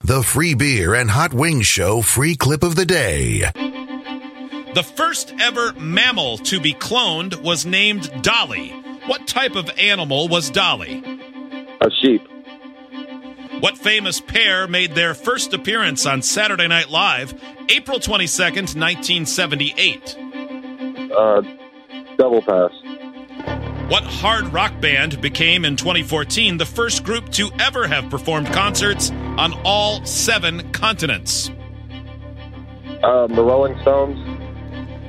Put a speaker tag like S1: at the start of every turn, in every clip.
S1: The free beer and hot wings show free clip of the day.
S2: The first ever mammal to be cloned was named Dolly. What type of animal was Dolly?
S3: A sheep.
S2: What famous pair made their first appearance on Saturday Night Live, April 22nd, 1978?
S3: Uh, double pass.
S2: What hard rock band became in 2014 the first group to ever have performed concerts on all seven continents?
S3: Um, the Rolling Stones.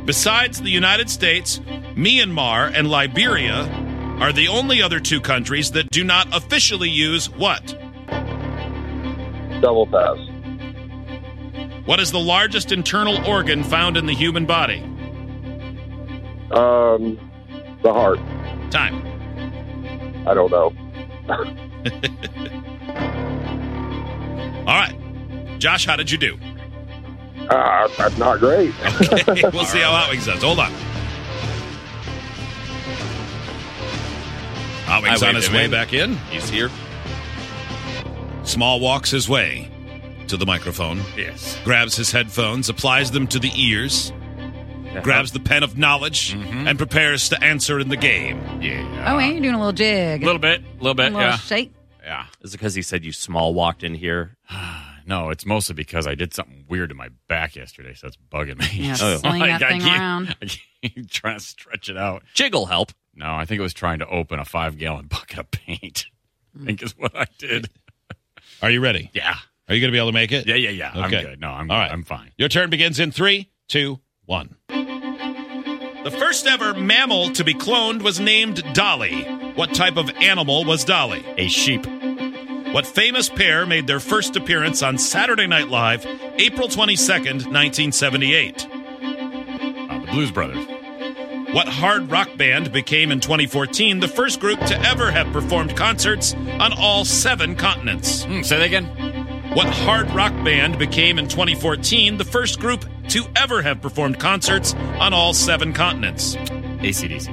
S2: Besides the United States, Myanmar and Liberia are the only other two countries that do not officially use what?
S3: Double pass.
S2: What is the largest internal organ found in the human body?
S3: Um, the heart.
S2: Time.
S3: I don't know.
S2: All right. Josh, how did you do?
S3: Ah, that's not great.
S2: we'll see how Hot Wings does. Hold on. Hot Wings
S4: I
S2: on
S4: waved
S2: his
S4: him
S2: way
S4: in.
S2: back in.
S4: He's here.
S2: Small walks his way to the microphone,
S4: Yes.
S2: grabs his headphones, applies them to the ears, grabs the pen of knowledge,
S5: Mm-hmm.
S2: and prepares to answer in the game.
S4: Yeah.
S6: Oh, and you're doing a little jig.
S4: A little bit. A little
S6: a
S4: bit.
S6: little
S4: yeah.
S6: shake.
S4: Yeah. Is it because he said you small walked in here?
S5: No, it's mostly because I did something weird to my back yesterday, so it's bugging me.
S6: Yeah,
S4: Oh,
S6: sling that
S5: I
S6: thing
S5: can't-
S6: around.
S5: I keep trying to stretch it out.
S4: Jiggle help.
S5: No, I think it was trying to open a five gallon bucket of paint. I think is what I did.
S2: Are you ready?
S5: Yeah.
S2: Are you going to be able to make it?
S5: Yeah, yeah, yeah. I'm
S2: Okay.
S5: good. No, I'm
S2: All right.
S5: I'm fine.
S2: Your turn begins in three, two, one. The first ever mammal to be cloned was named Dolly. What type of animal was Dolly?
S5: A sheep. uh,
S2: What famous pair made their first appearance on Saturday Night Live, April 22nd, 1978?
S5: Uh, the Blues Brothers.
S2: What hard rock band became in 2014 the first group to ever have performed concerts on all seven continents?
S5: Hmm, say that again.
S2: What hard rock band became in 2014 the first group to ever have performed concerts on all seven continents?
S5: ACDC.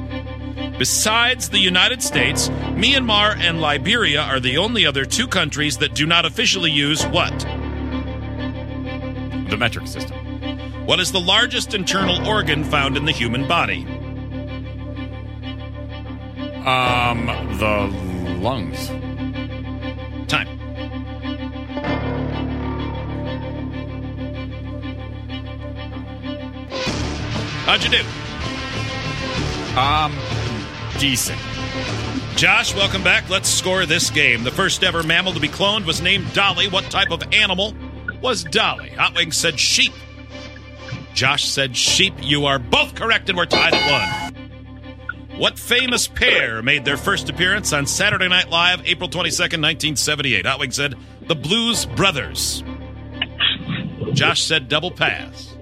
S2: Besides the United States, Myanmar and Liberia are the only other two countries that do not officially use what?
S5: The metric system.
S2: What is the largest internal organ found in the human body?
S5: Um, the lungs.
S2: Time. How'd you do?
S5: Um, decent.
S2: Josh, welcome back. Let's score this game. The first ever mammal to be cloned was named Dolly. What type of animal was Dolly? Hot Wings said sheep. Josh said sheep. You are both correct, and we're tied at one. What famous pair made their first appearance on Saturday Night Live, April 22nd, 1978? Hot Wings said the Blues Brothers. Josh said double pass.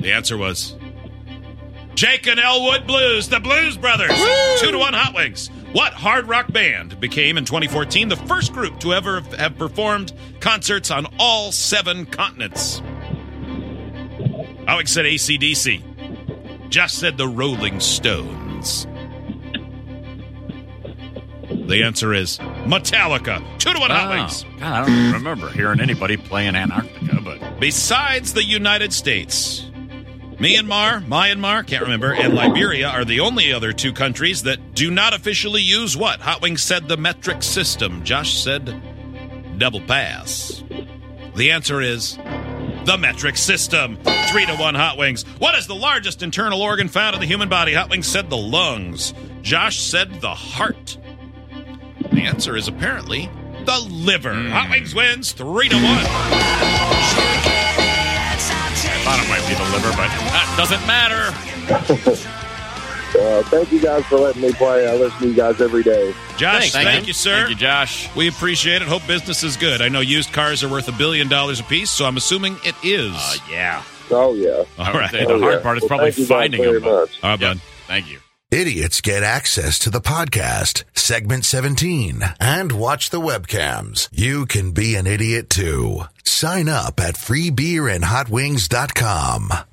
S2: The answer was Jake and Elwood Blues, the Blues Brothers. Two to one Hot Wings. What hard rock band became in 2014 the first group to ever have performed concerts on all seven continents? Alex said ACDC. Josh said the Rolling Stones. The answer is Metallica. Two to one Hot
S5: Oh,
S2: Wings.
S5: God, I don't remember hearing anybody playing Antarctica, but
S2: Besides the United States, Myanmar, Myanmar, can't remember, and Liberia are the only other two countries that do not officially use what? Hot Wings said the metric system. Josh said double pass. The answer is the metric system. Three to one Hot Wings. What is the largest internal organ found in the human body? Hot Wings said the lungs. Josh said the heart. The answer is apparently the liver. Hot Wings wins three to one.
S5: I thought it might be the liver, but that doesn't matter.
S3: Uh, thank you guys for letting me play. I listen to you guys every day.
S2: Josh,
S4: Thanks,
S2: thank,
S4: man.
S2: you, sir.
S5: Thank you, Josh.
S2: We appreciate it. Hope business is good. I know used cars are worth a billion dollars apiece, so I'm assuming it is.
S5: Uh, yeah.
S3: Oh yeah.
S2: All
S5: would
S2: right.
S5: say
S3: Oh,
S5: the hard
S3: yeah.
S5: part is
S3: Well,
S5: probably
S3: thank you guys
S5: finding
S3: very
S5: them. but-
S3: much.
S2: All right,
S5: Yep.
S2: bud.
S5: Thank you.
S1: Idiots get access to the podcast, segment 17, and watch the webcams. You can be an idiot too. Sign up at freebeerandhotwings.com.